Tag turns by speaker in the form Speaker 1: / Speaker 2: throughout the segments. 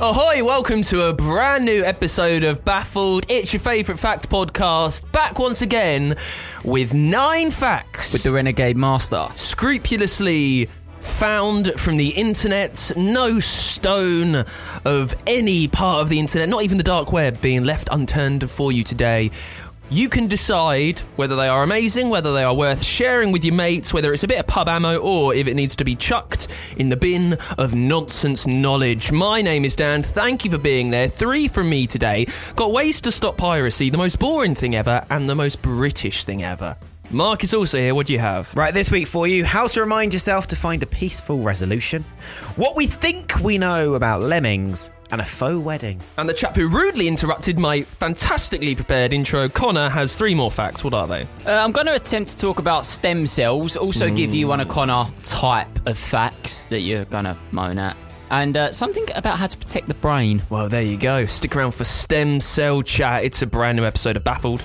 Speaker 1: Ahoy, welcome to a brand new episode of Baffled. It's your favourite fact podcast, back once again with nine facts
Speaker 2: with the Renegade Master.
Speaker 1: scrupulously found from the internet, no stone of any part of the internet, not even the dark web, being left unturned for you today. You can decide whether they are amazing, whether they are worth sharing with your mates, whether it's a bit of pub ammo, or if it needs to be chucked in the bin of nonsense knowledge. My name is Dan. Thank you for being there. Three from me today. Got ways to stop piracy, the most boring thing ever, and the most British thing ever. Mark is also here. What do you have?
Speaker 3: Right, this week for you, how to remind yourself to find a peaceful resolution, what we think we know about lemmings, and a faux wedding.
Speaker 1: And the chap who rudely interrupted my fantastically prepared intro, Connor, has three more facts. What are they?
Speaker 2: Uh, I'm going to attempt to talk about stem cells, also give you one of Connor type of facts that you're going to moan at, and uh, something about how to protect the brain.
Speaker 1: Well, there you go. Stick around for stem cell chat. It's a brand new episode of Baffled.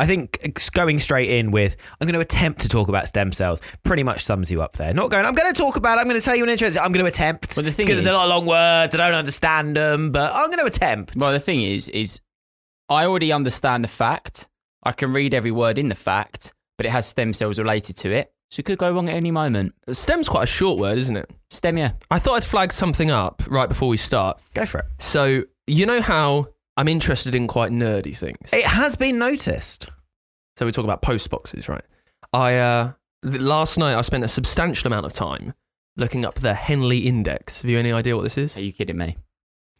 Speaker 3: I think it's going straight in with, I'm going to attempt to talk about stem cells, pretty much sums you up there. Not going, I'm going to talk about, it, I'm going to tell you an interest, I'm going to attempt.
Speaker 2: Well, the
Speaker 3: It's
Speaker 2: thing
Speaker 3: good,
Speaker 2: is-
Speaker 3: there's a lot of long words, I don't understand them, but I'm going to attempt.
Speaker 2: Well, the thing is, is I already understand the fact. I can read every word in the fact, but it has stem cells related to it, so it could go wrong at any moment.
Speaker 1: Stem's quite a short word, isn't it?
Speaker 2: Stem, yeah.
Speaker 1: I thought I'd flag something up right before we start.
Speaker 3: Go for it.
Speaker 1: So, you know how I'm interested in quite nerdy things.
Speaker 3: It has been noticed.
Speaker 1: So we talk about post boxes, right? I uh, th- last night I spent a substantial amount of time looking up the Henley Index. Have you any idea what this is?
Speaker 2: Are you kidding me?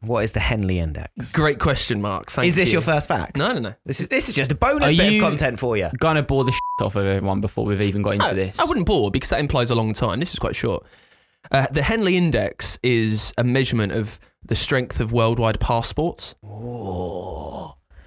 Speaker 3: What is the Henley Index?
Speaker 1: Great question, Mark. Thank
Speaker 3: is this
Speaker 1: you.
Speaker 3: your first fact?
Speaker 1: No, no, no.
Speaker 3: This is, this is just a bonus
Speaker 2: Are
Speaker 3: bit
Speaker 2: you-
Speaker 3: of content for you.
Speaker 2: Gonna bore the shit off of everyone before we've even got into
Speaker 1: No,
Speaker 2: this.
Speaker 1: I wouldn't bore because that implies a long time. This is quite short. Uh, the Henley Index is a measurement of the strength of worldwide passports.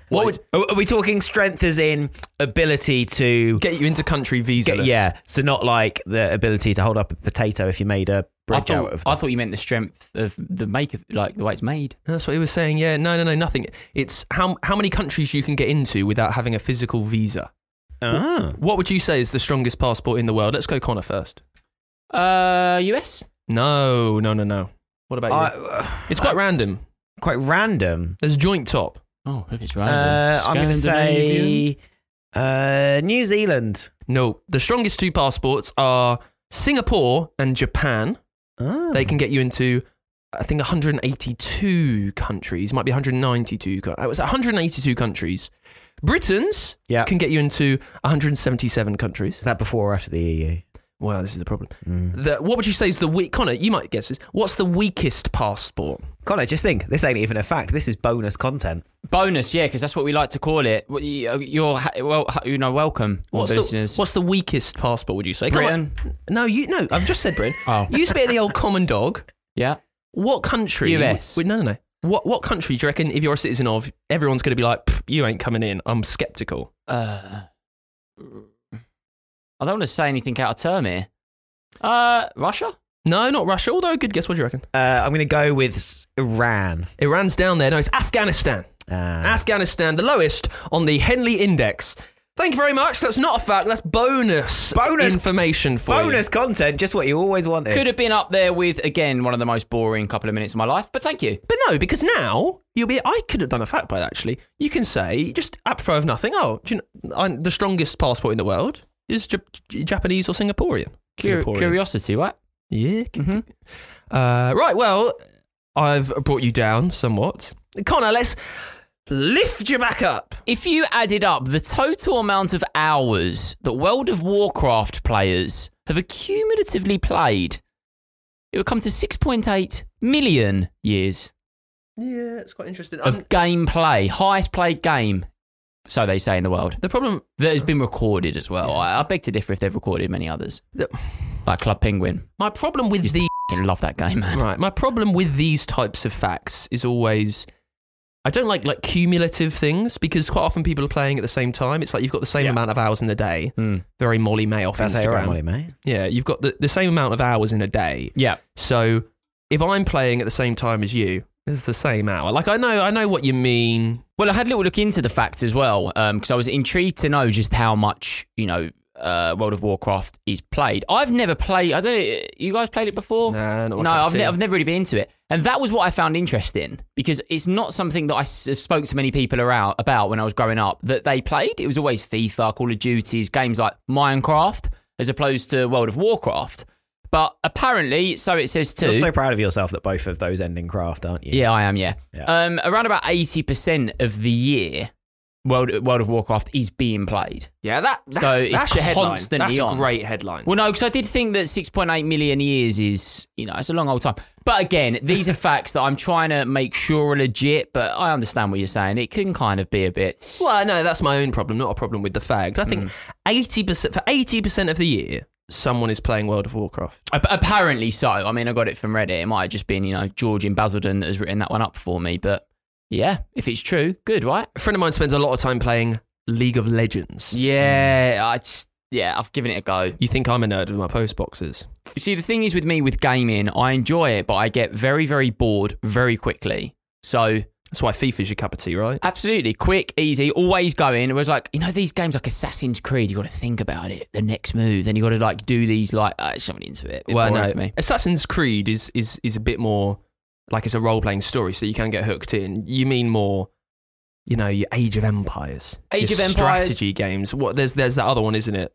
Speaker 1: What would
Speaker 3: Are are we talking strength as in ability to
Speaker 1: get you into country visa?
Speaker 3: Get- yeah, so not like the ability to hold up a potato if you made a
Speaker 2: I
Speaker 3: bridge out
Speaker 2: thought,
Speaker 3: of
Speaker 2: I
Speaker 3: them.
Speaker 2: thought you meant the strength of the make of, like the way it's made.
Speaker 1: That's what he was saying. Yeah, no, no, no, nothing. It's how how many countries you can get into without having a physical visa.
Speaker 3: Ah.
Speaker 1: What would you say is the strongest passport in the world? Let's go Connor first.
Speaker 2: Uh, US.
Speaker 1: No, no, no, no. What about you?
Speaker 3: I-
Speaker 1: it's quite random.
Speaker 3: Uh, quite random.
Speaker 1: There's joint top.
Speaker 2: Oh, if it's
Speaker 3: Uh,
Speaker 2: random.
Speaker 3: I'm going to say uh, New Zealand.
Speaker 1: No, the strongest two passports are Singapore and Japan.
Speaker 3: Ah.
Speaker 2: Hmm.
Speaker 1: They can get you into, I think, 182 countries. Might be 192. co- It was 182 countries. Britain's
Speaker 3: Yeah.
Speaker 1: can get you into 177 countries.
Speaker 3: Is that before or after the E EU?
Speaker 1: Wow, this is the problem.
Speaker 2: Hmm.
Speaker 1: The, what would you say is the weak? Connor, you might guess this. What's the weakest passport?
Speaker 3: Connor, just think. This ain't even a fact. This is bonus content.
Speaker 2: bonus, yeah, because that's what we like to call it. What you- You're ha- well, ha- you know, welcome, all
Speaker 1: What's
Speaker 2: the
Speaker 1: the,
Speaker 2: listeners.
Speaker 1: what's the weakest passport? Would you say? Come on.
Speaker 2: Britain?
Speaker 1: No, you no. I've just said Britain.
Speaker 2: Oh.
Speaker 1: You spit the old common dog.
Speaker 2: Yeah,
Speaker 1: What country?
Speaker 2: US.
Speaker 1: Wait, no, no, no. What what country do you reckon if you're a citizen of? Everyone's going to be like, "Pff, you ain't coming in. I'm skeptical.
Speaker 2: uh, I don't want to say anything out of term here. Uh, Russia.
Speaker 1: No, not Russia. Although, good guess. What do you reckon?
Speaker 3: Uh, I'm going to go with s- Iran.
Speaker 1: Iran's down there. No, it's Afghanistan.
Speaker 3: Ah.
Speaker 1: Afghanistan, the lowest on the Henley Index. Thank you very much. That's not a fact. That's bonus,
Speaker 3: Bonus-
Speaker 1: information for you.
Speaker 3: Bonus content, just what you always wanted.
Speaker 2: Could have been up there with again one of the most boring couple of minutes of my life, but thank you.
Speaker 1: But no, because now you'll be. I could have done a fact by that, actually. You can say just apropos of nothing. Oh, do you know, I'm the strongest passport in the world is Jap- Japanese or Singaporean.
Speaker 2: Curi-
Speaker 1: Singaporean.
Speaker 2: curiosity, right?
Speaker 1: Yeah.
Speaker 3: mm-hmm.
Speaker 1: Uh, right. Well, I've brought you down somewhat, Connor. Let's lift you back up.
Speaker 2: If you added up the total amount of hours that World of Warcraft players have accumulatively played, it would come to 6.8 million years
Speaker 1: Yeah, it's quite interesting. I'm-
Speaker 2: of gameplay, highest played game, so they say in the world,
Speaker 1: the problem.
Speaker 2: that has been recorded as well. I, I beg to differ if they've recorded many others,
Speaker 1: The-
Speaker 2: like Club Penguin.
Speaker 1: My problem with
Speaker 2: Just
Speaker 1: the
Speaker 2: I love that game, man.
Speaker 1: right. My problem with these types of facts is always I don't like like cumulative things because quite often people are playing at the same time. It's like you've got the same
Speaker 3: Yeah.
Speaker 1: amount of hours in the day.
Speaker 2: Hmm.
Speaker 1: Very Molly May off
Speaker 3: That's
Speaker 1: Instagram.
Speaker 3: all right, Molly, mate.
Speaker 1: Yeah, you've got the, the same amount of hours in a day.
Speaker 2: Yeah.
Speaker 1: So if I'm playing at the same time as you, it's the same hour. Like I know I know what you mean.
Speaker 2: Well, I had a little look into the facts as well because I was intrigued to know just how much you know uh, World of Warcraft is played. I've never played. I don't. uh, You guys played it before?
Speaker 1: Nah, not like
Speaker 2: no,
Speaker 1: I
Speaker 2: I've,
Speaker 1: do.
Speaker 2: ne- I've never really been into it, and that was what I found interesting because it's not something that I s- spoke to many people around about when I was growing up that they played. It was always FIFA, Call of Duties, games like Minecraft, as opposed to World of Warcraft. But apparently, so it says too.
Speaker 3: You're so proud of yourself that both of those end in craft, aren't you?
Speaker 2: Yeah, I am. Yeah,
Speaker 3: Yeah.
Speaker 2: Um, around about eighty percent of the year, World World of Warcraft is being played.
Speaker 1: Yeah, that, that
Speaker 2: So it's
Speaker 1: that's your headline.
Speaker 2: constantly
Speaker 1: That's
Speaker 2: on.
Speaker 1: a great headline.
Speaker 2: Well, no, because I did think that six point eight million years is, you know, it's a long old time. But again, these are facts that I'm trying to make sure are legit. But I understand what you're saying. It can kind of be a bit.
Speaker 1: Well, no, that's my own problem, not a problem with the fact. I
Speaker 2: Hmm.
Speaker 1: think eighty percent for eighty percent of the year, someone is playing World of Warcraft.
Speaker 2: Ap- Apparently so. I mean, I got it from Reddit. It might have just been, you know, George in Basildon that has written that one up for me. But yeah, if it's true, good, right?
Speaker 1: A friend of mine spends a lot of time playing League of Legends.
Speaker 2: Yeah, I just, yeah, I've given it a go.
Speaker 1: You think I'm a nerd with my post boxes?
Speaker 2: You see, the thing is with me with gaming, I enjoy it, but I get very, very bored very quickly. So,
Speaker 1: That's why FIFA's your cup of tea, right?
Speaker 2: absolutely quick, easy, always going. It was like, you know, these games like Assassin's Creed, you got to think about it, the next move, then you got to like do these like, uh, it's not really into it. Bit
Speaker 1: well,
Speaker 2: boring
Speaker 1: no.
Speaker 2: for me.
Speaker 1: Assassin's Creed is is is a bit more like it's a role playing story, so you can get hooked in. You mean more, you know, your Age of Empires,
Speaker 2: Age
Speaker 1: your
Speaker 2: of Empires.
Speaker 1: strategy games. What there's there's that other one, isn't it?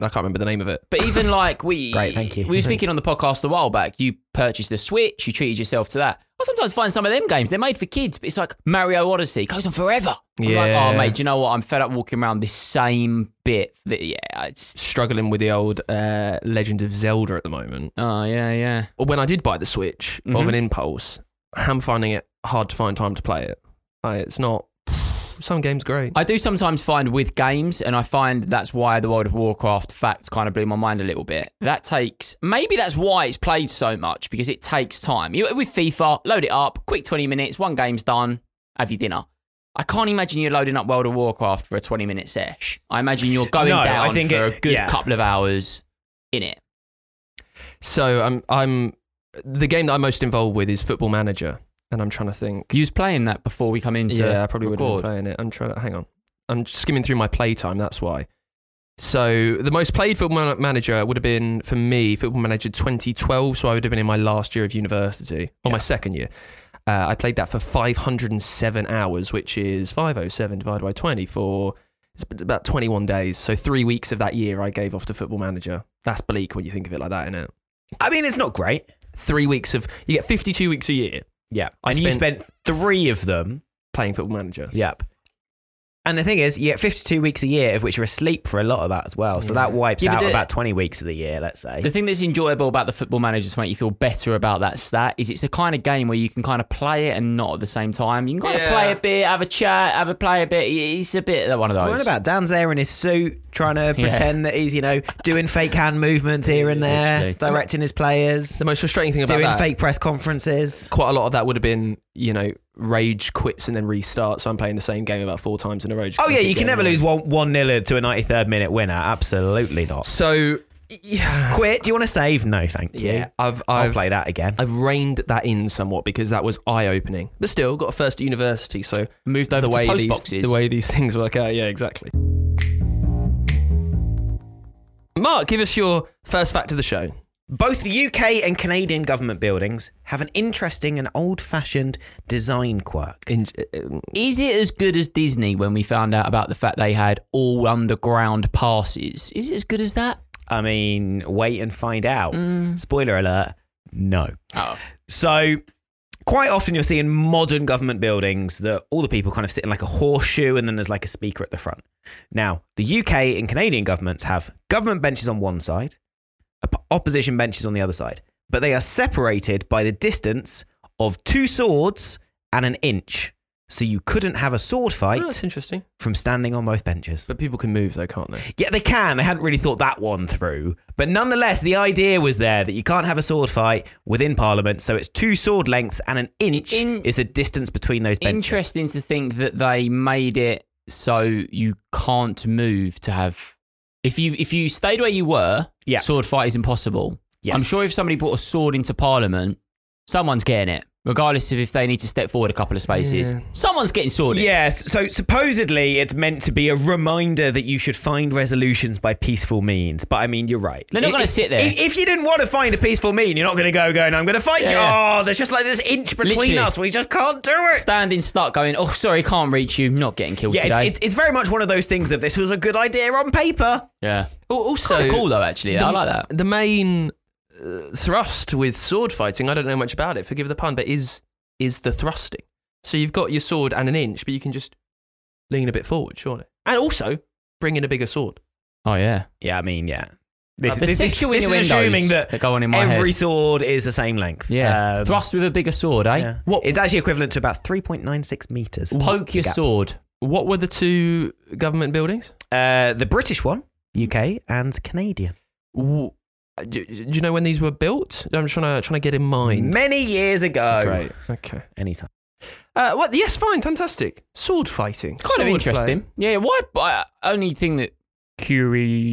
Speaker 1: I can't remember the name of it.
Speaker 2: But even like we,
Speaker 3: Great, thank you.
Speaker 2: we were speaking on the podcast a while back. You purchased the Switch, you treated yourself to that. I sometimes find some of them games they're made for kids, but it's like Mario Odyssey goes on forever. I'm
Speaker 1: Yeah.
Speaker 2: like, oh mate, do you know what? I'm fed up walking around this same bit. That, yeah, it's
Speaker 1: Struggling with the old uh, Legend of Zelda at the moment.
Speaker 2: oh yeah, yeah.
Speaker 1: Or when I did buy the Switch of
Speaker 2: Mhm.
Speaker 1: an impulse, I'm finding it hard to find time to play it. Like, it's not. Some games great.
Speaker 2: I do sometimes find with games, and I find that's why the World of Warcraft fact kind of blew my mind a little bit. That takes maybe that's why it's played so much because it takes time. You with FIFA, load it up, quick twenty minutes, one game's done, have your dinner. I can't imagine you're loading up World of Warcraft for a twenty minute sesh. I imagine you're going
Speaker 3: No, I
Speaker 2: down
Speaker 3: think
Speaker 2: for
Speaker 3: it-
Speaker 2: a good
Speaker 3: yeah.
Speaker 2: couple of hours in it.
Speaker 1: so I'm I'm the game that I'm most involved with is Football Manager, and I'm trying to think.
Speaker 2: You was playing that before we come into
Speaker 1: yeah, I probably would have
Speaker 2: record.
Speaker 1: been playing it. I'm trying to hang on. I'm just skimming through my playtime. That's why. So the most played football Man- manager would have been for me football manager 2012. So I would have been in my last year of university or my second year. Uh, I played that for 507 hours, which is 507 divided by 20 for it's about 21 days. So three weeks of that year I gave off to football manager. That's bleak when you think of it like that, isn't it?
Speaker 3: I mean, it's not great.
Speaker 1: Three weeks of you get 52 weeks a year
Speaker 3: Yeah.
Speaker 1: I
Speaker 3: and you
Speaker 1: spent-
Speaker 3: spent three of them.
Speaker 1: playing football manager.
Speaker 3: Yep. And the thing is, you get 52 weeks a year, of which you're asleep for a lot of that as well. So that wipes
Speaker 2: Yeah, but
Speaker 3: out
Speaker 2: the-
Speaker 3: about 20 weeks of the year, let's say.
Speaker 2: The thing that's enjoyable about the football manager to make you feel better about that stat is it's the kind of game where you can kind of play it and not at the same time. You can kind
Speaker 1: Yeah.
Speaker 2: of play a bit, have a chat, have a play a bit. It's a bit of one of those.
Speaker 3: What about Dan's there in his suit, trying to pretend that he's, you know, doing fake hand movements here and there,
Speaker 2: Literally.
Speaker 3: directing his players,
Speaker 1: The most frustrating thing about
Speaker 3: doing
Speaker 1: that
Speaker 3: fake press conferences.
Speaker 1: quite a lot of that would have been, you know, rage quits and then restart. So I'm playing the same game about four times in a row. just
Speaker 3: Oh
Speaker 1: 'cause I
Speaker 3: yeah,
Speaker 1: keep
Speaker 3: you can
Speaker 1: getting
Speaker 3: never
Speaker 1: annoyed.
Speaker 3: lose one one nil to a ninety third minute winner. Absolutely not.
Speaker 1: So yeah,
Speaker 3: Quit. Do you want to save? No, thank you.
Speaker 1: yeah, I've
Speaker 3: I'll
Speaker 1: I've
Speaker 3: play that again.
Speaker 1: I've reined that in somewhat because that was eye opening. But still, got a first at university, so
Speaker 2: Moved
Speaker 1: the
Speaker 2: over to
Speaker 1: way
Speaker 2: post
Speaker 1: these
Speaker 2: boxes.
Speaker 1: the way these things work out. Yeah, exactly. Mark, give us your first fact of the show.
Speaker 3: Both the UK and Canadian government buildings have an interesting and old fashioned design quirk.
Speaker 1: In, uh,
Speaker 2: Is it as good as Disney when we found out about the fact they had all underground passes? Is it as good as that?
Speaker 3: I mean, wait and find out.
Speaker 1: Mm.
Speaker 3: Spoiler alert, no.
Speaker 1: Oh.
Speaker 3: So, quite often you'll see in modern government buildings that all the people kind of sit in like a horseshoe and then there's like a speaker at the front. Now, the UK and Canadian governments have government benches on one side, op- opposition benches on the other side, but they are separated by the distance of two swords and an inch. So you couldn't have a sword
Speaker 1: oh,
Speaker 3: fight
Speaker 1: that's interesting.
Speaker 3: from standing on both benches.
Speaker 1: But people can move though, can't they?
Speaker 3: Yeah, they can. They hadn't really thought that one through. But nonetheless, the idea was there that you can't have a sword fight within Parliament, so it's two sword lengths and an inch
Speaker 2: In-
Speaker 3: is the distance between those benches.
Speaker 2: Interesting to think that they made it so you can't move to have. If you if you stayed where you were,
Speaker 3: Yeah.
Speaker 2: sword fight is impossible.
Speaker 3: Yes.
Speaker 2: I'm sure if somebody brought a sword into Parliament, someone's getting it, regardless of if they need to step forward a couple of spaces. Someone's getting sworded.
Speaker 3: Yes, so supposedly it's meant to be a reminder that you should find resolutions by peaceful means. But I mean, you're right.
Speaker 2: They're not
Speaker 3: If-
Speaker 2: gonna
Speaker 3: if-
Speaker 2: sit there.
Speaker 3: If, if you didn't want to find a peaceful mean, you're not going to go going, I'm going to fight you.
Speaker 2: Yeah.
Speaker 3: Oh, there's just like this inch between
Speaker 2: Literally.
Speaker 3: us. We just can't do it.
Speaker 2: Standing stuck, going, oh, sorry, can't reach you. Not getting killed
Speaker 3: yeah,
Speaker 2: today.
Speaker 3: it's, it's, it's very much one of those things of this was a good idea on paper.
Speaker 2: yeah.
Speaker 1: Al- Also,
Speaker 2: Kinda cool though, actually. I
Speaker 1: the-
Speaker 2: like that.
Speaker 1: The main uh, thrust with sword fighting, I don't know much about it. Forgive the pun, but is is the thrusting. So you've got your sword and an inch, but you can just lean a bit forward, surely. And also bring in a bigger sword.
Speaker 2: Oh yeah.
Speaker 3: Yeah, I mean, yeah. This,
Speaker 2: Uh, but
Speaker 3: this, this,
Speaker 2: sexual
Speaker 3: this is
Speaker 2: innuendos
Speaker 3: assuming that,
Speaker 2: that go on in my
Speaker 3: every
Speaker 2: head.
Speaker 3: sword is the same length.
Speaker 2: Yeah.
Speaker 3: Um,
Speaker 2: Thrust with a bigger sword, eh?
Speaker 3: yeah.
Speaker 1: What-
Speaker 3: It's actually equivalent to about 3.96 meters.
Speaker 2: Poke your
Speaker 3: Gap.
Speaker 2: sword.
Speaker 1: What were the two government buildings?
Speaker 3: Uh, the British one, UK, and Canadian.
Speaker 1: W- Do, do you know when these were built? I'm trying to trying to get in mind.
Speaker 3: Many years ago.
Speaker 1: Great. Okay.
Speaker 3: Anytime.
Speaker 1: Uh, what? Yes, fine, fantastic. Sword fighting,
Speaker 2: Kind of
Speaker 1: Sword
Speaker 2: interesting.
Speaker 1: play.
Speaker 2: Yeah. Why? I, only thing that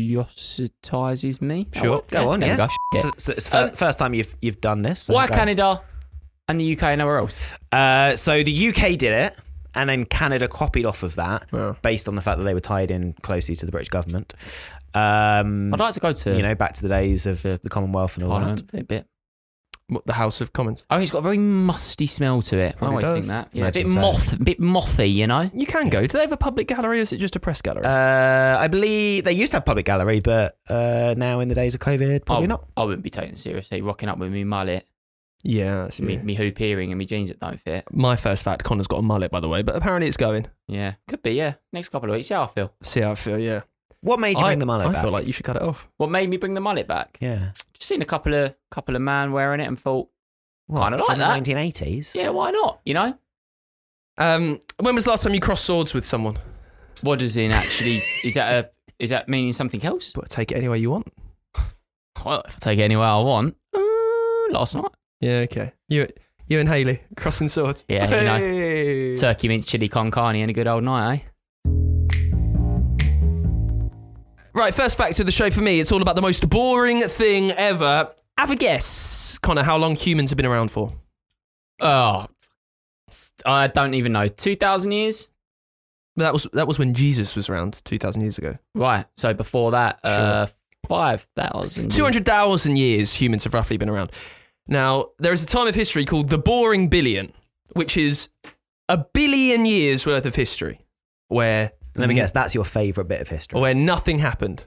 Speaker 2: curiositizes me.
Speaker 1: Sure.
Speaker 2: Oh,
Speaker 3: Go on,
Speaker 2: there we
Speaker 3: yeah.
Speaker 2: go. Shit.
Speaker 3: So, so it's fir-
Speaker 2: Um,
Speaker 3: first time you've you've done this. so
Speaker 2: Why
Speaker 3: go.
Speaker 2: Canada and the UK and nowhere else?
Speaker 3: Uh, so the UK did it, and then Canada copied off of that
Speaker 1: Yeah.
Speaker 3: based on the fact that they were tied in closely to the British government. Um,
Speaker 2: I'd like to go to
Speaker 3: you know, back to the days of the Commonwealth and all
Speaker 2: Parliament
Speaker 3: that.
Speaker 2: a bit.
Speaker 1: What, the House of Commons.
Speaker 2: Oh, it's got a very musty smell to it.
Speaker 1: Probably
Speaker 2: I always
Speaker 1: does.
Speaker 2: think that. Yeah, a
Speaker 3: Imagine
Speaker 2: bit
Speaker 3: so.
Speaker 2: moth, a bit mothy. You know.
Speaker 1: You can go. Do they have a public gallery, or is it just a press gallery?
Speaker 3: Uh, I believe they used to have public gallery, but uh, now in the days of COVID,
Speaker 1: Oh.
Speaker 3: probably
Speaker 2: I,
Speaker 3: not.
Speaker 2: I wouldn't be taken seriously. Rocking up with me mullet,
Speaker 1: yeah, that's
Speaker 2: me,
Speaker 1: me.
Speaker 2: me hoop earring, and me jeans that don't fit.
Speaker 1: My first fact, Connor's got a mullet, by the way, but apparently it's going.
Speaker 2: Yeah, could be. Yeah, next couple of weeks. Yeah, I feel.
Speaker 1: See how I feel. Yeah.
Speaker 3: What made you
Speaker 1: I,
Speaker 3: bring the mullet
Speaker 1: I
Speaker 3: back?
Speaker 1: feel like you should cut it off.
Speaker 2: What made me bring the mullet back?
Speaker 3: yeah,
Speaker 2: Just seen a couple of couple of man wearing it and thought, kind of
Speaker 3: from
Speaker 2: like
Speaker 3: the
Speaker 2: that.
Speaker 3: 1980s.
Speaker 2: yeah, why not? You know,
Speaker 1: Um, when was the last time you crossed swords with someone?
Speaker 2: what does in actually is that a is that meaning something else?
Speaker 1: But take it any way you want.
Speaker 2: Well, if I take it anywhere I want, uh, last night
Speaker 1: Yeah. Okay. You, you and Haley crossing swords.
Speaker 2: Yeah, you know.
Speaker 1: Hey.
Speaker 2: turkey mince chili con carne and a good old night, eh?
Speaker 1: Right. First fact of the show for me, it's all about the most boring thing ever. Have a guess, Connor, how long humans have been around for?
Speaker 2: Oh, I don't even know. Two thousand years,
Speaker 1: That was that was when Jesus was around two thousand years ago.
Speaker 2: right? So before that, uh, five thousand.
Speaker 1: Two hundred thousand years humans have roughly been around. Now there is a time of history called the boring billion, which is a billion years worth of history where
Speaker 3: Let me guess, that's your favourite bit of history.
Speaker 1: where nothing happened.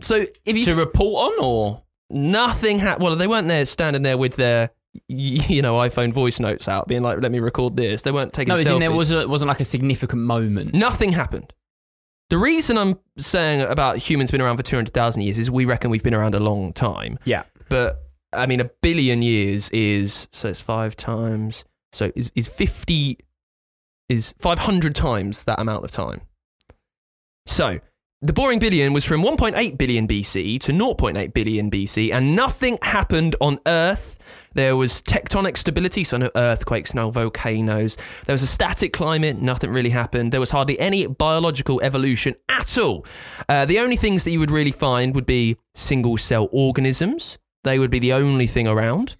Speaker 1: So if you
Speaker 2: to report on, or
Speaker 1: nothing happened, well they weren't there standing there with their y- you know iPhone voice notes out, being like, "Let me record this." They weren't taking
Speaker 2: no? As in there
Speaker 1: selfies.
Speaker 2: was a, wasn't like a significant moment.
Speaker 1: Nothing happened. The reason I'm saying about humans been around for 200,000 years is we reckon we've been around a long time.
Speaker 3: Yeah.
Speaker 1: But I mean, a billion years is, so it's five times, so is, is 50, is 500 times that amount of time. So the boring billion was from 1.8 billion BC to 0.8 billion BC, and nothing happened on Earth. There was tectonic stability, so no earthquakes, no volcanoes. There was a static climate, nothing really happened. There was hardly any biological evolution at all. Uh, the only things that you would really find would be single cell organisms, they would be the only thing around.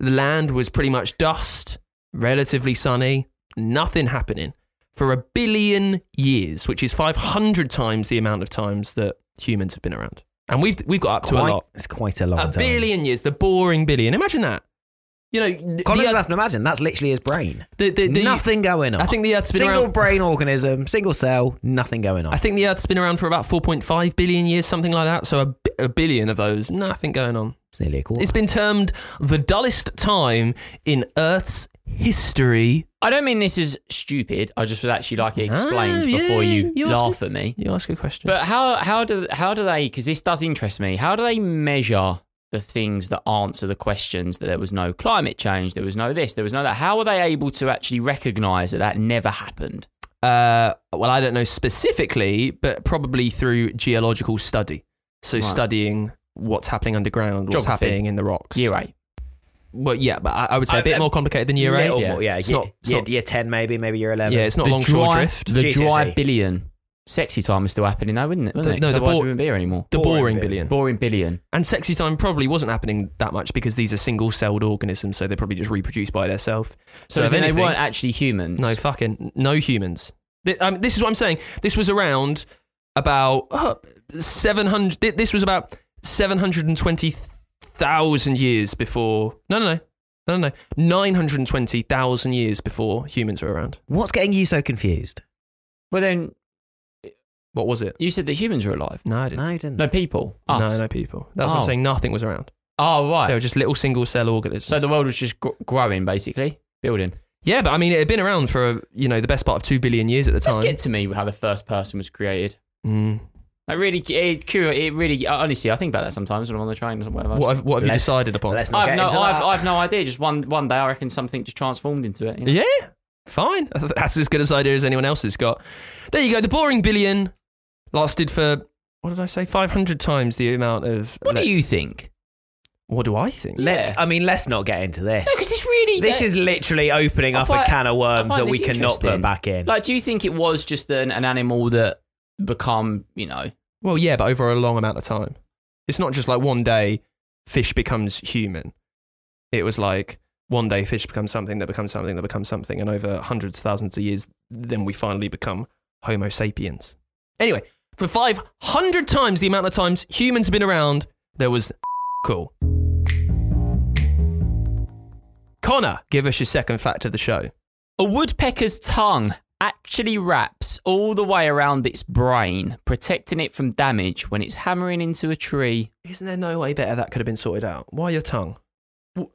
Speaker 1: The land was pretty much dust, relatively sunny, nothing happening for a billion years, which is 500 times the amount of times that humans have been around. and we've we've got up to
Speaker 3: quite,
Speaker 1: a lot.
Speaker 3: It's quite a long
Speaker 1: A
Speaker 3: time.
Speaker 1: billion years, the boring billion. Imagine that. You know, th-
Speaker 3: Colin's
Speaker 1: the Earth-
Speaker 3: left and imagine. That's literally his brain.
Speaker 1: the, the, the-
Speaker 3: nothing going on.
Speaker 1: I think the Earth's been
Speaker 3: single
Speaker 1: around.
Speaker 3: brain organism, single cell, nothing going on.
Speaker 1: I think the Earth's been around for about 4.5 billion years, something like that. So a, bi- a billion of those, nothing going on.
Speaker 3: it's nearly a quarter.
Speaker 1: It's been termed the dullest time in Earth's history.
Speaker 2: I don't mean this is stupid. I just would actually like it explained
Speaker 1: Ah, yeah,
Speaker 2: before you,
Speaker 1: you ask
Speaker 2: laugh at me.
Speaker 1: You ask a question.
Speaker 2: But how how do how do they? Because this does interest me. How do they measure the things that answer the questions that there was no climate change, there was no this, there was no that? How are they able to actually recognise that that never happened?
Speaker 1: Uh, well, I don't know specifically, but probably through geological study. So
Speaker 2: Right.
Speaker 1: studying what's happening underground, what's
Speaker 2: Geography.
Speaker 1: happening in the rocks.
Speaker 2: Year eight.
Speaker 1: Well, yeah, but I, I would say
Speaker 3: Uh,
Speaker 1: a bit
Speaker 3: uh,
Speaker 1: more complicated than year eight.
Speaker 3: Little
Speaker 2: yeah.
Speaker 3: more, yeah.
Speaker 1: It's
Speaker 3: year,
Speaker 1: not- it's
Speaker 3: year,
Speaker 1: not-
Speaker 3: year 10 maybe, maybe year 11.
Speaker 1: Yeah, it's not
Speaker 2: the
Speaker 1: longshore
Speaker 2: dry,
Speaker 1: drift.
Speaker 2: The
Speaker 3: GCSE.
Speaker 2: dry billion. Sexy time was still happening though, wouldn't it? Wasn't
Speaker 1: The-
Speaker 2: it?
Speaker 1: no,
Speaker 2: 'Cause
Speaker 1: the
Speaker 2: otherwise
Speaker 1: bor-
Speaker 2: we wouldn't be here anymore.
Speaker 1: the
Speaker 3: boring
Speaker 1: boring
Speaker 3: bit.
Speaker 1: billion.
Speaker 2: Boring billion.
Speaker 1: And sexy time probably wasn't happening that much because these are single celled organisms, so they probably just reproduce by themselves.
Speaker 2: So,
Speaker 1: if
Speaker 2: then they
Speaker 1: anything-
Speaker 2: weren't actually humans.
Speaker 1: No fucking no humans. Th- um, this is what I'm saying. This was around about uh, 700. thi- This was about 720,000 years before. No, no, no. No, no, no. 920,000 years before humans were around.
Speaker 3: What's getting you so confused?
Speaker 2: Well then
Speaker 1: What was it?
Speaker 2: you said that humans were alive.
Speaker 1: No, I didn't.
Speaker 3: No, you didn't.
Speaker 2: No people. Us.
Speaker 1: Mm. No, no people. That's what I'm
Speaker 2: Oh.
Speaker 1: saying. Nothing was around.
Speaker 2: Oh right.
Speaker 1: They were just little single cell organisms.
Speaker 2: so the world was just gr- growing basically, building.
Speaker 1: yeah, but I mean, it had been around for, you know, the best part of 2 billion years at the
Speaker 2: Just
Speaker 1: time.
Speaker 2: get to me how the first person was created.
Speaker 1: Mm.
Speaker 2: I really, it, cur- it really, honestly, I think about that sometimes when I'm on the train or whatever.
Speaker 1: What have, what have you
Speaker 3: Let's-
Speaker 1: decided upon? Uh,
Speaker 3: Let's not
Speaker 2: I've
Speaker 3: get
Speaker 2: no,
Speaker 3: into
Speaker 2: I've,
Speaker 3: that.
Speaker 2: I've no idea. Just one, one day, I reckon something just transformed into it. you know?
Speaker 1: Yeah, fine. That's as good as idea as anyone else has got. There you go. The boring billion lasted for what did I say? Five hundred times the amount of.
Speaker 2: What do you think?
Speaker 1: What do I think?
Speaker 3: Let's.
Speaker 2: Yeah.
Speaker 3: I mean, let's not get into this.
Speaker 2: Because it's really
Speaker 3: this is literally opening
Speaker 2: I
Speaker 3: up
Speaker 2: find-
Speaker 3: a can of worms
Speaker 2: find
Speaker 3: that we
Speaker 2: this
Speaker 3: cannot put
Speaker 2: interesting.
Speaker 3: back in.
Speaker 2: Like, do you think it was just an, an animal that become, you know,
Speaker 1: Well, yeah, but over a long amount of time. It's not just like one day fish becomes human. It was like one day fish becomes something that becomes something that becomes something, and over hundreds of thousands of years, then we finally become Homo sapiens. Anyway, for five hundred times the amount of times humans have been around, there was cool. Connor, give us your second fact of the show.
Speaker 2: a woodpecker's tongue actually wraps all the way around its brain, protecting it from damage when it's hammering into a tree.
Speaker 1: Isn't there no way better that could have been sorted out? Why your tongue?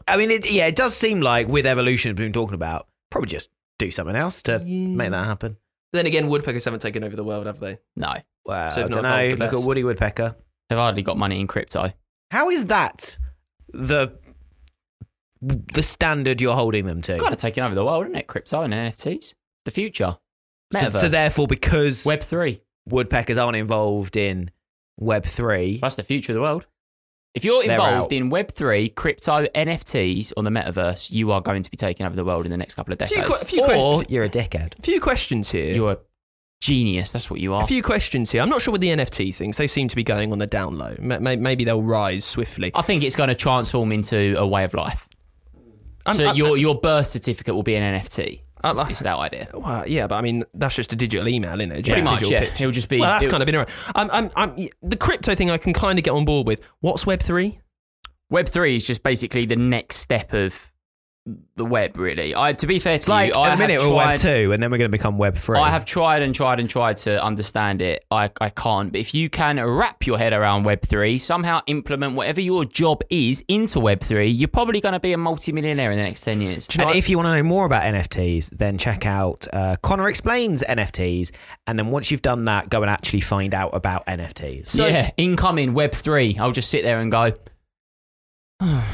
Speaker 3: I mean, it, yeah, it does seem like with evolution we've been talking about, probably just do something else to make that happen.
Speaker 1: Then again, woodpeckers haven't taken over the world, have they?
Speaker 2: No,
Speaker 3: Well,
Speaker 1: So
Speaker 3: I
Speaker 1: they've
Speaker 3: don't
Speaker 1: not
Speaker 3: know.
Speaker 1: evolved the
Speaker 3: Look at
Speaker 1: best.
Speaker 3: Woody Woodpecker.
Speaker 2: they've hardly got money in crypto.
Speaker 3: How is that the the standard you're holding them to?
Speaker 2: Kind of taking over the world, isn't it? Crypto and NFTs, the future,
Speaker 3: So,
Speaker 2: metaverse,
Speaker 3: so therefore, because
Speaker 2: Web three.
Speaker 3: woodpeckers aren't involved in Web three,
Speaker 2: That's the future of the world. If you're
Speaker 3: They're out.
Speaker 2: involved in Web three, crypto, NFTs, or the metaverse, you are going to be taking over the world in the next couple of
Speaker 1: Few
Speaker 2: decades.
Speaker 1: que- few
Speaker 3: or
Speaker 1: que-
Speaker 3: you're a dickhead.
Speaker 1: few questions here.
Speaker 2: You're a genius. That's what you are.
Speaker 1: A few questions here. I'm not sure with the NFT things. They seem to be going on the down low. Ma- ma- Maybe they'll rise swiftly.
Speaker 2: I think it's going to transform into a way of life.
Speaker 1: I'm-
Speaker 2: so
Speaker 1: I'm-
Speaker 2: your your birth certificate will be an NFT.
Speaker 1: I
Speaker 2: It's,
Speaker 1: like-
Speaker 2: it's that idea.
Speaker 1: Well, yeah, but I mean, that's just a digital email, isn't it? Just
Speaker 2: Pretty
Speaker 1: a
Speaker 2: much,
Speaker 1: digital
Speaker 2: yeah.
Speaker 1: picture.
Speaker 2: It'll just be-
Speaker 1: Well, that's
Speaker 2: it'll-
Speaker 1: kind of been around. I'm, I'm, I'm, the crypto thing I can kind of get on board with. What's Web3?
Speaker 2: Web three is just basically the next step of the web. Really, I to be fair to
Speaker 3: Like
Speaker 2: you, I
Speaker 3: at the
Speaker 2: have
Speaker 3: minute we're
Speaker 2: tried-
Speaker 3: Web two, and then we're going to become Web three.
Speaker 2: I have tried and tried and tried to understand it. I, I can't. But if you can wrap your head around Web3, somehow implement whatever your job is into Web3, you're probably going to be a multimillionaire in the next 10 years.
Speaker 3: And if you want to know more about NFTs, then check out uh, Connor Explains NFTs. And then once you've done that, go and actually find out about NFTs.
Speaker 2: so, yeah, incoming Web3, I'll just sit there and go,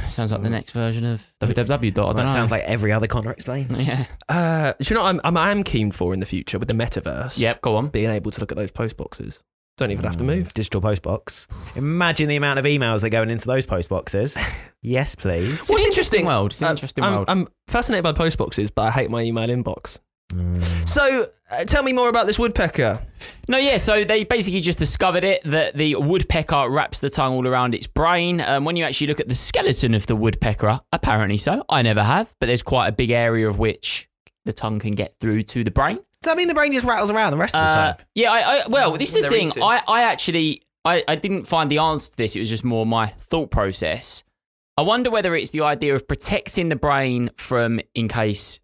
Speaker 2: sounds like the next version of www. dot, I
Speaker 3: that
Speaker 2: don't
Speaker 3: sounds
Speaker 2: know."
Speaker 3: like every other Connor Explains.
Speaker 2: Yeah.
Speaker 1: Uh, do you know what I'm, I'm, I'm keen for in the future with the metaverse?
Speaker 2: Yep, Mm. go on.
Speaker 1: Being able to look at those post boxes. Don't even have to move.
Speaker 3: Digital postbox. Imagine the amount of emails that are going into those post boxes. yes, please.
Speaker 2: an interesting world. It's an interesting
Speaker 1: I'm,
Speaker 2: world.
Speaker 1: I'm fascinated by post boxes, but I hate my email inbox.
Speaker 2: Mm.
Speaker 1: So uh, tell me more about this woodpecker.
Speaker 2: No, yeah, so they basically just discovered it that the woodpecker wraps the tongue all around its brain. Um, when you actually look at the skeleton of the woodpecker, apparently so, I never have, but there's quite a big area of which the tongue can get through to the brain.
Speaker 3: Does that mean the brain just rattles around the rest of the
Speaker 2: Uh,
Speaker 3: time?
Speaker 2: yeah, I, I, well, this is the
Speaker 1: They're
Speaker 2: thing.
Speaker 1: eating.
Speaker 2: I, I actually, I, I didn't find the answer to this. It was just more my thought process. I wonder whether it's the idea of protecting the brain from, in case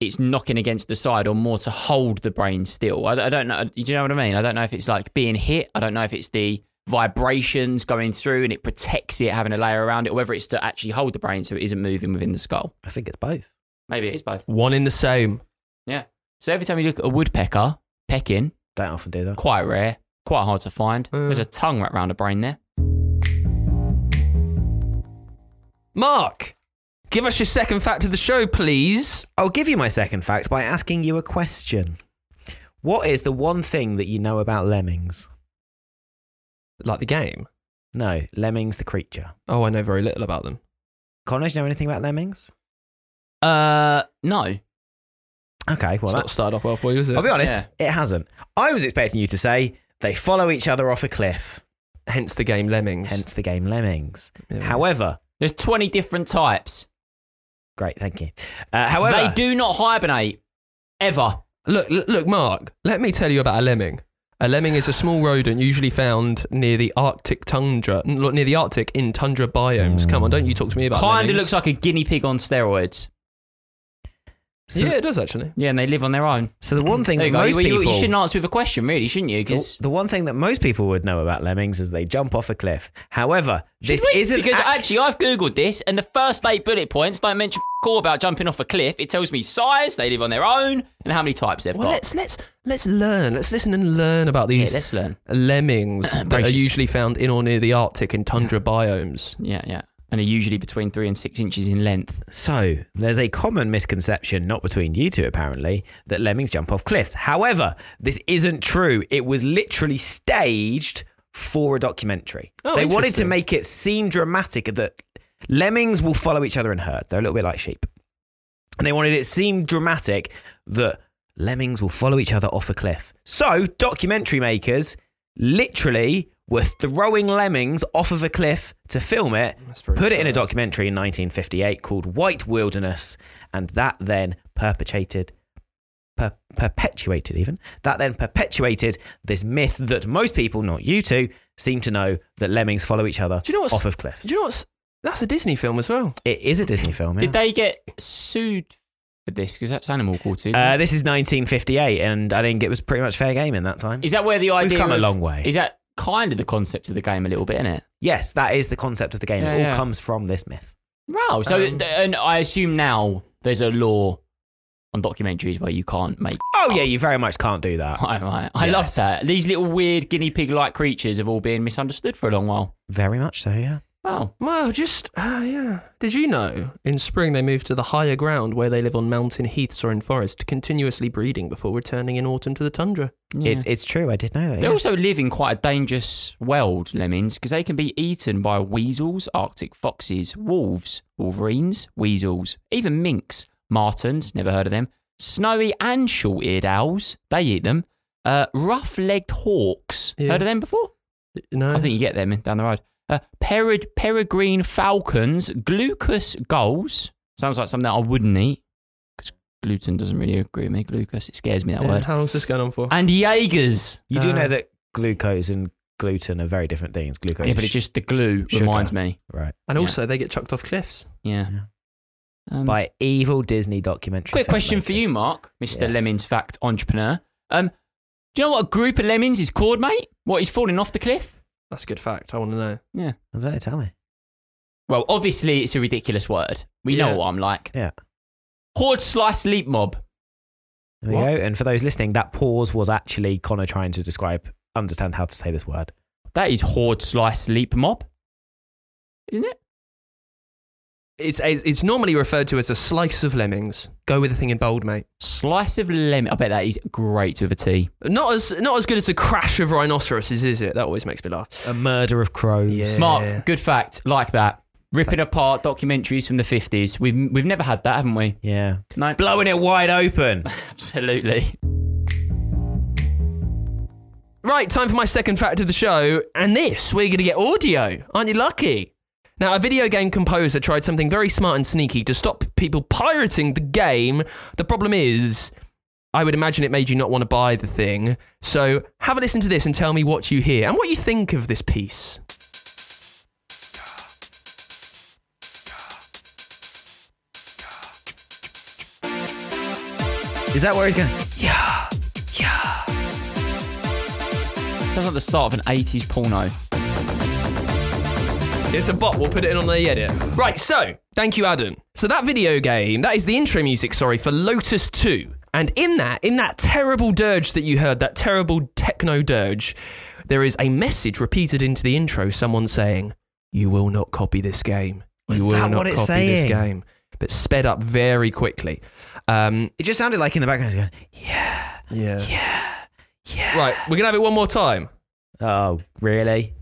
Speaker 2: it's knocking against the side, or more to hold the brain still. I, I don't know. Do you know what I mean? I don't know if it's like being hit. I don't know if it's the vibrations going through and it protects it, having a layer around it, or whether it's to actually hold the brain so it isn't moving within the skull.
Speaker 3: I think it's both.
Speaker 2: Maybe it is both.
Speaker 1: One in the same.
Speaker 2: Yeah. So every time you look at a woodpecker pecking,
Speaker 3: Don't often do that.
Speaker 2: quite rare, quite hard to find. There's a tongue wrapped around a brain there.
Speaker 1: Mark, give us your second fact of the show, please.
Speaker 3: I'll give you my second fact by asking you a question. What is the one thing that you know about lemmings?
Speaker 1: Like the game.
Speaker 3: No, lemmings the creature.
Speaker 1: Oh, I know very little about them.
Speaker 3: Connor, do you know anything about lemmings?
Speaker 2: Uh, no.
Speaker 3: Okay, well,
Speaker 1: it's not
Speaker 3: that's,
Speaker 1: started off well for you, is it?
Speaker 3: I'll be honest, it hasn't. I was expecting you to say they follow each other off a cliff,
Speaker 1: Hence the game Lemmings.
Speaker 3: hence the game Lemmings.
Speaker 1: Yeah.
Speaker 3: However,
Speaker 2: There's 20 different types.
Speaker 3: great, thank you. Uh, however,
Speaker 2: they do not hibernate ever.
Speaker 1: Look, l- look, Mark. Let me tell you about a lemming. A lemming is a small rodent usually found near the Arctic tundra, n- look, near the Arctic in tundra biomes. Come on, don't you talk to me about.
Speaker 2: Kind of
Speaker 1: lemmings.
Speaker 2: looks like a guinea pig on steroids.
Speaker 3: So,
Speaker 1: yeah, it does actually.
Speaker 2: Yeah, and they live on their own.
Speaker 3: so the one thing
Speaker 2: There
Speaker 3: that
Speaker 2: you go.
Speaker 3: most
Speaker 2: You, you- you
Speaker 3: people
Speaker 2: shouldn't answer with a question, really, shouldn't you? Because
Speaker 3: the one thing that most people would know about lemmings is they jump off a cliff. However, this isn't
Speaker 2: because
Speaker 3: ac-
Speaker 2: actually I've googled this, and the first eight bullet points don't mention f- all about jumping off a cliff. It tells me size, they live on their own, and how many types they've
Speaker 1: Well,
Speaker 2: got.
Speaker 1: let's let's let's learn. Let's listen and learn about
Speaker 2: yeah,
Speaker 1: these
Speaker 2: let's learn.
Speaker 1: lemmings that are
Speaker 2: Braces.
Speaker 1: usually found in or near the Arctic in tundra biomes.
Speaker 2: Yeah, yeah, and are usually between three and six inches in length.
Speaker 3: So, there's a common misconception, not between you two apparently, that lemmings jump off cliffs. However, this isn't true. It was literally staged for a documentary.
Speaker 1: Oh,
Speaker 3: they wanted to
Speaker 1: interesting.
Speaker 3: make it seem dramatic that lemmings will follow each other in herds. They're a little bit like sheep. And they wanted it to seem dramatic that lemmings will follow each other off a cliff. So, documentary makers literally were throwing lemmings off of a cliff to film it, put it in a documentary in 1958 called White Wilderness, and that then perpetuated per- perpetuated even that then perpetuated this myth that most people not you two seem to know that lemmings follow each other
Speaker 1: Do you know what's
Speaker 3: off of cliffs
Speaker 1: Do you know what's that's a Disney film as well.
Speaker 3: it is a disney film yeah.
Speaker 2: Did they get sued for this? Because that's animal cruelty. Isn't
Speaker 3: uh,
Speaker 2: it?
Speaker 3: this is 1958 and i think it was pretty much fair game in that time
Speaker 2: Is that where the idea?
Speaker 3: come a
Speaker 2: of-
Speaker 3: long way.
Speaker 2: Is that kind of the concept of the game a little bit, isn't it?
Speaker 3: yes that is the concept of the game
Speaker 2: Yeah,
Speaker 3: it all
Speaker 2: yeah.
Speaker 3: comes from this myth
Speaker 2: Wow. So,
Speaker 3: Um,
Speaker 2: th- and I assume now there's a law on documentaries where you can't make.
Speaker 3: oh yeah you very much can't do that
Speaker 2: I, I, I love
Speaker 3: Yes.
Speaker 2: that. These little weird guinea pig-like creatures have all been misunderstood for a long while.
Speaker 3: very much so yeah
Speaker 2: Wow.
Speaker 1: Well, just ah, yeah. Did you know in spring they move to the higher ground where they live on mountain heaths or in forest, continuously breeding before returning in autumn to the tundra?
Speaker 2: Yeah.
Speaker 3: it, it's true i did know that
Speaker 2: they
Speaker 3: yeah.
Speaker 2: also live in quite a dangerous world, lemmings, because they can be eaten by weasels, arctic foxes, wolves, wolverines, weasels, even minks, martens, never heard of them, snowy and short-eared owls, they eat them, uh, rough-legged hawks,
Speaker 1: Yeah.
Speaker 2: heard of them before?
Speaker 1: No,
Speaker 2: I think you get them down the road. Uh, perid, peregrine falcons, glucose gulls. Sounds like something that I wouldn't eat because gluten doesn't really agree with me. Glucose, it scares me that
Speaker 1: Yeah,
Speaker 2: word.
Speaker 1: How long's this going on for?
Speaker 2: And Jaegers.
Speaker 3: you do
Speaker 1: Uh,
Speaker 3: know that glucose and gluten are very different things glucose
Speaker 2: Yeah,
Speaker 3: is
Speaker 2: but it
Speaker 3: sh-
Speaker 2: just the glue
Speaker 3: Sugar.
Speaker 2: reminds me.
Speaker 3: right
Speaker 1: And
Speaker 2: Yeah.
Speaker 1: also, they get chucked off cliffs.
Speaker 2: Yeah.
Speaker 3: Yeah.
Speaker 2: Um,
Speaker 3: by evil Disney documentary.
Speaker 2: quick
Speaker 3: film
Speaker 2: question for you,
Speaker 3: makers.
Speaker 2: Mark, Mr.
Speaker 3: Yes.
Speaker 2: Lemmings fact entrepreneur. Um, do you know what a group of lemmings is called, mate? What is falling off the cliff?
Speaker 1: That's a good fact. I want to know.
Speaker 2: Yeah.
Speaker 3: I don't know, tell me.
Speaker 2: Well, obviously it's a ridiculous word. We
Speaker 1: Yeah.
Speaker 2: know what I'm like.
Speaker 3: Yeah.
Speaker 2: Horde slice leap mob.
Speaker 3: There
Speaker 1: What?
Speaker 3: we go. And for those listening, that pause was actually Connor trying to describe, understand how to say this word.
Speaker 2: That is Horde Slice Leap Mob. Isn't it?
Speaker 1: It's it's normally referred to as a slice of lemmings. Go with the thing in bold, mate.
Speaker 2: Slice of lemon. I bet that is great with a T.
Speaker 1: Not as not as good as a crash of rhinoceroses, is it? That always makes me laugh.
Speaker 3: A murder of crows.
Speaker 1: Yeah.
Speaker 2: Mark, good fact. Like that. Ripping apart documentaries from the 50s. We've, we've never had that, haven't we?
Speaker 3: Yeah.
Speaker 2: No.
Speaker 3: Blowing it wide open.
Speaker 2: Absolutely.
Speaker 1: Right, time for my second fact of the show, and this we're going to get audio. Aren't you lucky? Now, a video game composer tried something very smart and sneaky to stop people pirating the game. The problem is I would imagine it made you not want to buy the thing. So have a listen to this and tell me what you hear and what you think of this piece.
Speaker 3: Is that where he's going?
Speaker 2: Sounds like the start of an 80s porno.
Speaker 1: It's a bot. We'll put it in on the edit. Right. So, thank you, Adam. So that video game, that is the intro music. Sorry for Lotus Two. And in that, in that terrible dirge that you heard, that terrible techno dirge, there is a message repeated into the intro. Someone saying, "You will not copy this game.
Speaker 3: Is
Speaker 1: you will
Speaker 3: that
Speaker 1: not
Speaker 3: what it's
Speaker 1: copy this
Speaker 3: saying?
Speaker 1: game." But sped up very quickly. Um,
Speaker 3: It just sounded like in the background he's going,
Speaker 1: yeah. Yeah. Yeah. Right. We're gonna have it one more time.
Speaker 3: oh, really?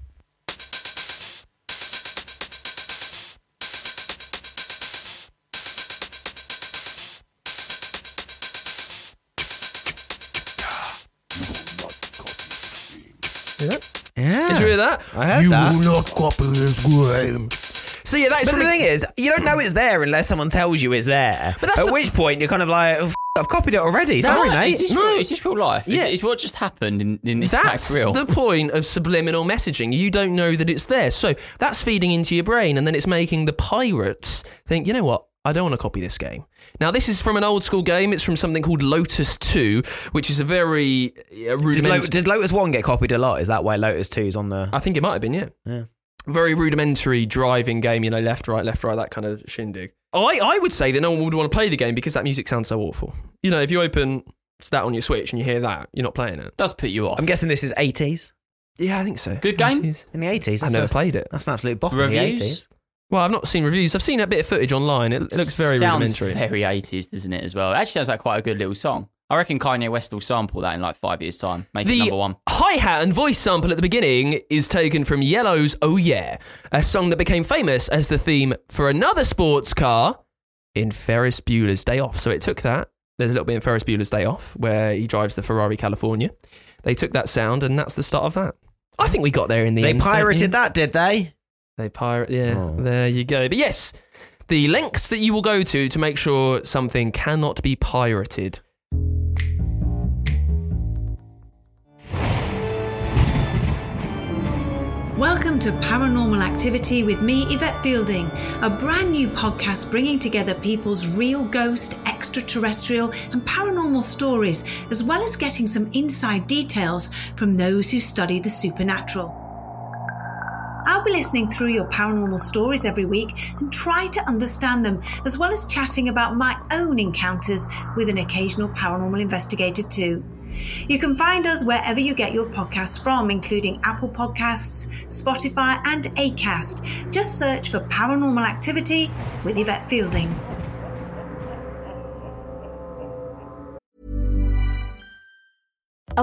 Speaker 3: Yeah.
Speaker 1: Did you hear that?
Speaker 3: I heard that.
Speaker 1: not copy this game. So yeah, that's
Speaker 3: But the thing is, you don't know it's there unless someone tells you it's there.
Speaker 1: But that's
Speaker 3: At
Speaker 1: the-
Speaker 3: which point, you're kind of like, oh, f- I've copied it already. Sorry,
Speaker 1: That's-
Speaker 3: mate.
Speaker 2: Is this,
Speaker 1: No.
Speaker 2: real, is this real life? Is,
Speaker 1: Yeah.
Speaker 2: is what just happened in, in this
Speaker 1: That's
Speaker 2: fact real?
Speaker 1: the point of subliminal messaging. You don't know that it's there. So that's feeding into your brain, and then it's making the pirates think, you know what? I don't want to copy this game. Now, this is from an old school game. It's from something called Lotus 2, which is a very uh,
Speaker 3: Did, Lo-
Speaker 1: rudimentary.
Speaker 3: did Lotus 1 get copied a lot? Is that why Lotus 2 is on the.
Speaker 1: I think it might have been, yeah.
Speaker 3: Yeah.
Speaker 1: Very rudimentary driving game, you know, left, right, left, right, that kind of shindig. I, I would say that no one would want to play the game because that music sounds so awful. You know, if you open that on your Switch and you hear that, you're not playing it.
Speaker 2: Does put you off.
Speaker 3: I'm guessing this is 80s.
Speaker 1: Yeah, I think so.
Speaker 2: Good game?
Speaker 1: It is.
Speaker 3: In the 80s?
Speaker 1: I've
Speaker 3: That's
Speaker 1: never
Speaker 3: a-
Speaker 1: played it.
Speaker 3: That's an absolute bop. in the
Speaker 2: Reviews?
Speaker 3: 80s.
Speaker 1: Well, I've not seen reviews. I've seen a bit of footage online. It, it looks very
Speaker 2: sounds
Speaker 1: rudimentary.
Speaker 2: very 80s, doesn't it? As well, it actually sounds like quite a good little song. I reckon Kanye West will sample that in like five years' time, make it number one.
Speaker 1: hi hat and voice sample at the beginning is taken from Yellow's Oh Yeah, a song that became famous as the theme for another sports car in Ferris Bueller's Day Off. So it took that. There's a little bit in Ferris Bueller's Day Off where he drives the Ferrari California. They took that sound, and that's the start of that. I think we got there in the
Speaker 3: They
Speaker 1: end. don't you?
Speaker 3: pirated that, did they?
Speaker 1: They pirate. Yeah,
Speaker 3: Oh.
Speaker 1: there you go. But yes, the lengths that you will go to to make sure something cannot be pirated.
Speaker 4: Welcome to Paranormal Activity with me, Yvette Fielding, a brand new podcast bringing together people's real ghost, extraterrestrial, and paranormal stories, as well as getting some inside details from those who study the supernatural. I'll be listening through your paranormal stories every week and try to understand them, as well as chatting about my own encounters with an occasional paranormal investigator, too. You can find us wherever you get your podcasts from, including Apple Podcasts, Spotify, and ACAST. Just search for Paranormal Activity with Yvette Fielding.
Speaker 5: A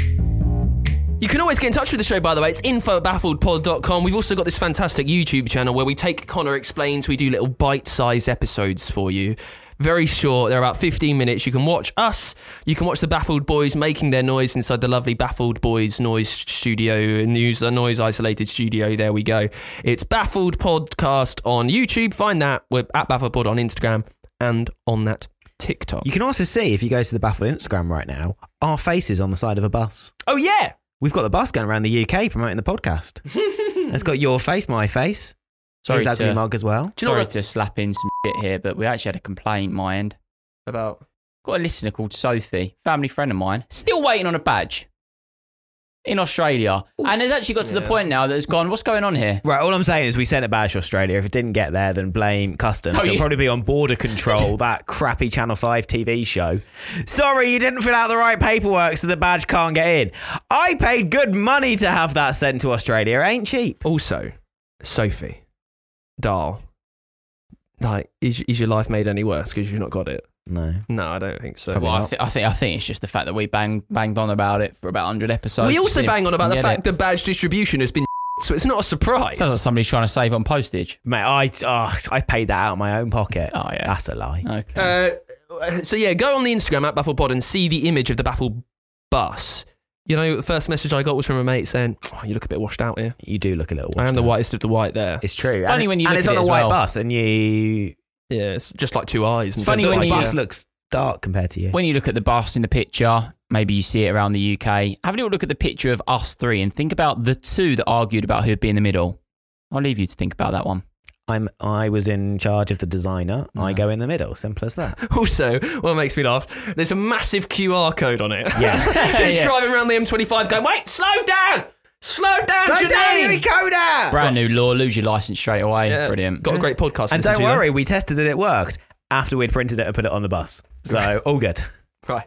Speaker 1: You can always get in touch with the show, by the way. It's info at baffledpod.com. We've also got this fantastic YouTube channel where we take Connor Explains. We do little bite sized episodes for you. Very short, they're about 15 minutes. You can watch us. You can watch the Baffled Boys making their noise inside the lovely Baffled Boys noise studio, news, uh, noise isolated studio. There we go. It's Baffled Podcast on YouTube. Find that. We're at Baffled Pod on Instagram and on that TikTok.
Speaker 3: You can also see if you go to the Baffle Instagram right now, our faces on the side of a bus.
Speaker 1: oh, yeah.
Speaker 3: We've got the bus going around the UK promoting the podcast. it's got your face, my face.
Speaker 2: Sorry
Speaker 3: His ugly
Speaker 2: to-
Speaker 3: mug as well.
Speaker 1: Do you know
Speaker 2: Sorry
Speaker 1: what-
Speaker 2: to slap in some shit here, but we actually had a complaint my end.
Speaker 1: About.
Speaker 2: Got a listener called Sophie, family friend of mine, still waiting on a badge in Australia. And it's actually got to the
Speaker 1: Yeah.
Speaker 2: point now that it's gone, what's going on here?
Speaker 3: Right, all I'm saying is we sent it back to Australia. If it didn't get there, then blame customs.
Speaker 2: Oh,
Speaker 3: It'll
Speaker 2: yeah.
Speaker 3: probably be on border control, that crappy Channel 5 TV show. Sorry, you didn't fill out the right paperwork, so the badge can't get in. I paid good money to have that sent to Australia. It ain't cheap.
Speaker 1: Also, Sophie, Dahl, like, is, is your life made any worse because you've not got it?
Speaker 3: No.
Speaker 1: No, I don't think so.
Speaker 2: Well, I, th- I think I think it's just the fact that we bang, banged on about it for about 100 episodes.
Speaker 1: we also
Speaker 2: Yeah,
Speaker 1: bang on about the
Speaker 2: get
Speaker 1: fact
Speaker 2: it.
Speaker 1: that badge distribution has been so it's not a surprise.
Speaker 2: Sounds like somebody's trying to save on postage.
Speaker 3: Mate, I, oh, I paid that out of my own pocket.
Speaker 2: Oh, yeah.
Speaker 3: That's a lie.
Speaker 2: Okay.
Speaker 1: Uh, so yeah, go on the Instagram at BafflePod and see the image of the Baffle bus. You know, the first message I got was from a mate saying, oh, "You look a bit washed out here."
Speaker 3: You do look a little
Speaker 1: I am the
Speaker 3: washed out.
Speaker 1: whitest of the white there.
Speaker 3: It's true.
Speaker 2: Funny
Speaker 3: and,
Speaker 2: when you
Speaker 3: and
Speaker 2: look
Speaker 3: it's
Speaker 2: at
Speaker 3: on
Speaker 2: it
Speaker 3: a
Speaker 2: as
Speaker 3: white
Speaker 2: well.
Speaker 3: bus, and you.
Speaker 1: yeah, it's just like two eyes.
Speaker 2: It's funny
Speaker 3: the
Speaker 2: when you-
Speaker 3: bus looks dark compared to you.
Speaker 2: When you look at the bus in the picture, maybe you see it around the UK. Have a little look at the picture of us three and think about the two that argued about who'd be in the middle. I'll leave you to think about that one.
Speaker 3: I'm. I was in charge of the designer. I go in the middle. Simple as that.
Speaker 1: Also, what makes me laugh, there's a massive QR code on it.
Speaker 3: Yes.
Speaker 1: it's
Speaker 2: Yeah.
Speaker 1: driving around the M25 going, wait, slow down! Slow down,
Speaker 3: Slow down,
Speaker 1: Janine!
Speaker 3: here we go now.
Speaker 2: Brand new law, lose your license straight away.
Speaker 1: Yeah,
Speaker 2: Brilliant.
Speaker 1: Got a great podcast. to
Speaker 3: And
Speaker 1: listen
Speaker 3: don't
Speaker 1: to, though.
Speaker 3: worry, we tested it. It worked after we'd printed it and put it on the bus. So all good.
Speaker 1: Right.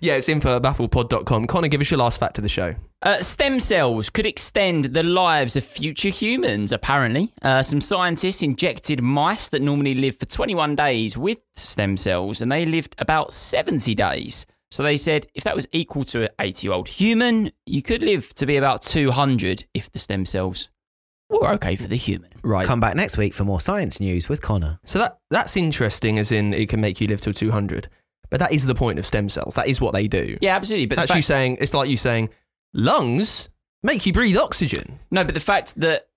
Speaker 1: Yeah, it's info at bafflepod.com. Connor, give us your last fact of the show.
Speaker 2: Uh, stem cells could extend the lives of future humans, apparently. Uh, some scientists injected mice that normally live for 21 days with stem cells, and they lived about 70 days. So they said if that was equal to an 80 year old human, you could live to be about 200 if the stem cells were okay for the human.
Speaker 1: Right.
Speaker 3: Come back next week for more science news with Connor.
Speaker 1: So that that's interesting, as in it can make you live till 200. But that is the point of stem cells. That is what they do.
Speaker 2: Yeah, absolutely. But the
Speaker 1: That's you
Speaker 2: fact-
Speaker 1: saying, it's like you saying, lungs make you breathe oxygen.
Speaker 2: No, but the fact that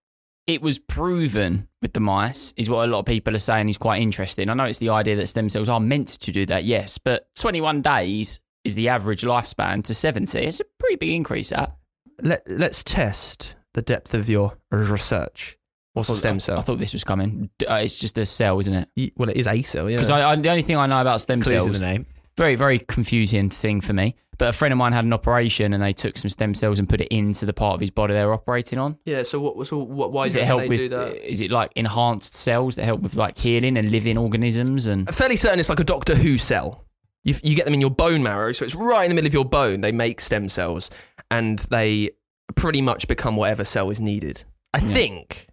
Speaker 2: it was proven with the mice is what a lot of people are saying is quite interesting. I know it's the idea that stem cells are meant to do that, yes, but 21 days is the average lifespan to 70. It's a pretty big increase, that.
Speaker 1: Let, let's test the depth of your research. What's a stem cell?
Speaker 2: I thought this was coming. D- Uh, it's just a cell, isn't it?
Speaker 1: Y- well, it is a cell, yeah.
Speaker 2: Because I, I, the only thing I know about stem
Speaker 3: Clues in
Speaker 2: cells,
Speaker 3: the name.
Speaker 2: very, very confusing thing for me. But a friend of mine had an operation and they took some stem cells and put it into the part of his body they were operating on.
Speaker 1: yeah, so, what, so what, why
Speaker 2: Does
Speaker 1: do
Speaker 2: it help
Speaker 1: they do
Speaker 2: with?
Speaker 1: that?
Speaker 2: Is it like enhanced cells that help with like healing and living organisms and?
Speaker 1: I'm fairly certain it's like a Doctor Who cell. You, you get them in your bone marrow, so it's right in the middle of your bone. They make stem cells, and they pretty much become whatever cell is needed. I
Speaker 2: Yeah.
Speaker 1: think,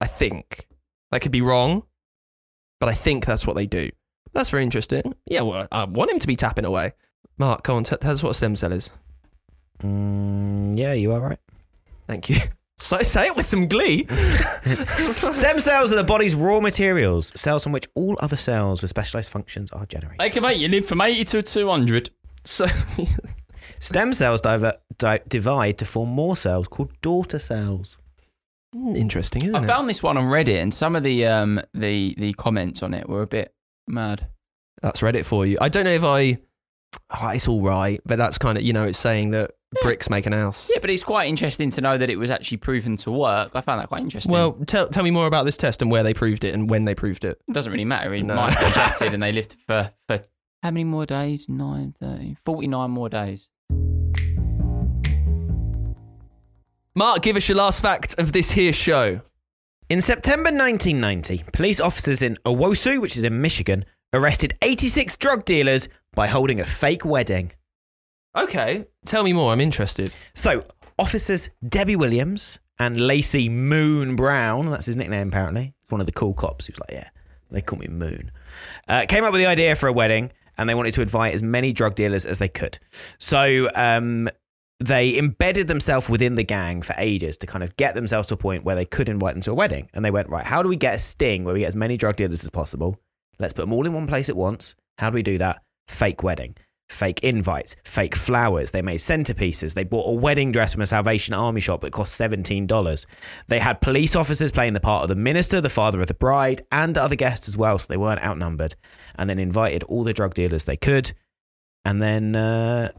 Speaker 1: I think that could be wrong, but I think that's what they do. That's very interesting. Yeah, well, I want him to be tapping away. Mark, come on, t- tell us what a stem cell is.
Speaker 3: Mm, yeah, you are right.
Speaker 1: Thank you. So say it with some glee.
Speaker 3: Stem cells are the body's raw materials, cells from which all other cells with specialized functions are generated.
Speaker 2: They can make you live from 80 to 200.
Speaker 1: So
Speaker 3: Stem cells diver, di- divide to form more cells called daughter cells.
Speaker 1: interesting, isn't
Speaker 2: I
Speaker 1: it?
Speaker 2: found this one on Reddit, and some of the um the the comments on it were a bit mad.
Speaker 1: That's Reddit for you. I don't know if I. oh, it's all right, but that's kind of you know it's saying that bricks make an house.
Speaker 2: Yeah, but it's quite interesting to know that it was actually proven to work. I found that quite interesting.
Speaker 1: Well, tell tell me more about this test and where they proved it and when they proved it.
Speaker 2: it doesn't really matter. It
Speaker 1: No.
Speaker 2: might be rejected, and they lived for for how many more days? 9, 30, 49 more days.
Speaker 1: Mark, give us your last fact of this here show.
Speaker 3: In September 1990, police officers in Owosu, which is in Michigan, arrested 86 drug dealers by holding a fake wedding.
Speaker 1: Okay, tell me more. I'm interested.
Speaker 3: So, officers Debbie Williams and Lacey Moon Brown, that's his nickname apparently. It's one of the cool cops who's like, yeah, they call me Moon. Uh, came up with the idea for a wedding and they wanted to invite as many drug dealers as they could. So, um, they embedded themselves within the gang for ages to kind of get themselves to a point where they could invite them to a wedding. And they went, right, how do we get a sting where we get as many drug dealers as possible? Let's put them all in one place at once. How do we do that? Fake wedding. fake invites, fake flowers. They made centerpieces. They bought a wedding dress from a Salvation Army shop that cost $17. They had police officers playing the part of the minister, the father of the bride, and other guests as well, so they weren't outnumbered. And then invited all the drug dealers they could, and then uh,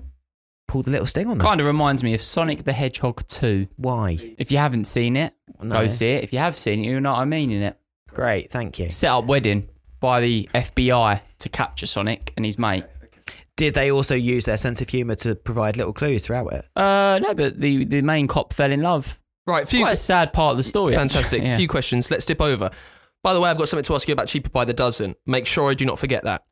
Speaker 3: pulled the little sting
Speaker 1: Hmm.
Speaker 3: on them.
Speaker 2: Kind of reminds me of Sonic the Hedgehog 2.
Speaker 3: Why?
Speaker 2: If you haven't seen it,
Speaker 1: Oh,
Speaker 3: No.
Speaker 2: go see it. If you have seen it, you know what I mean in it.
Speaker 3: Great, thank you.
Speaker 2: Set up wedding by the FBI to capture Sonic and his mate.
Speaker 3: Did they also use their sense of humour to provide little clues throughout it?
Speaker 2: Uh, no, but the, the main cop fell in love.
Speaker 1: Right, few
Speaker 2: Quite a sad part of the story.
Speaker 1: fantastic.
Speaker 2: actually. Yeah.
Speaker 1: Few questions. Let's dip over. By the way, I've got something to ask you about cheaper by the dozen. Make sure I do not forget that.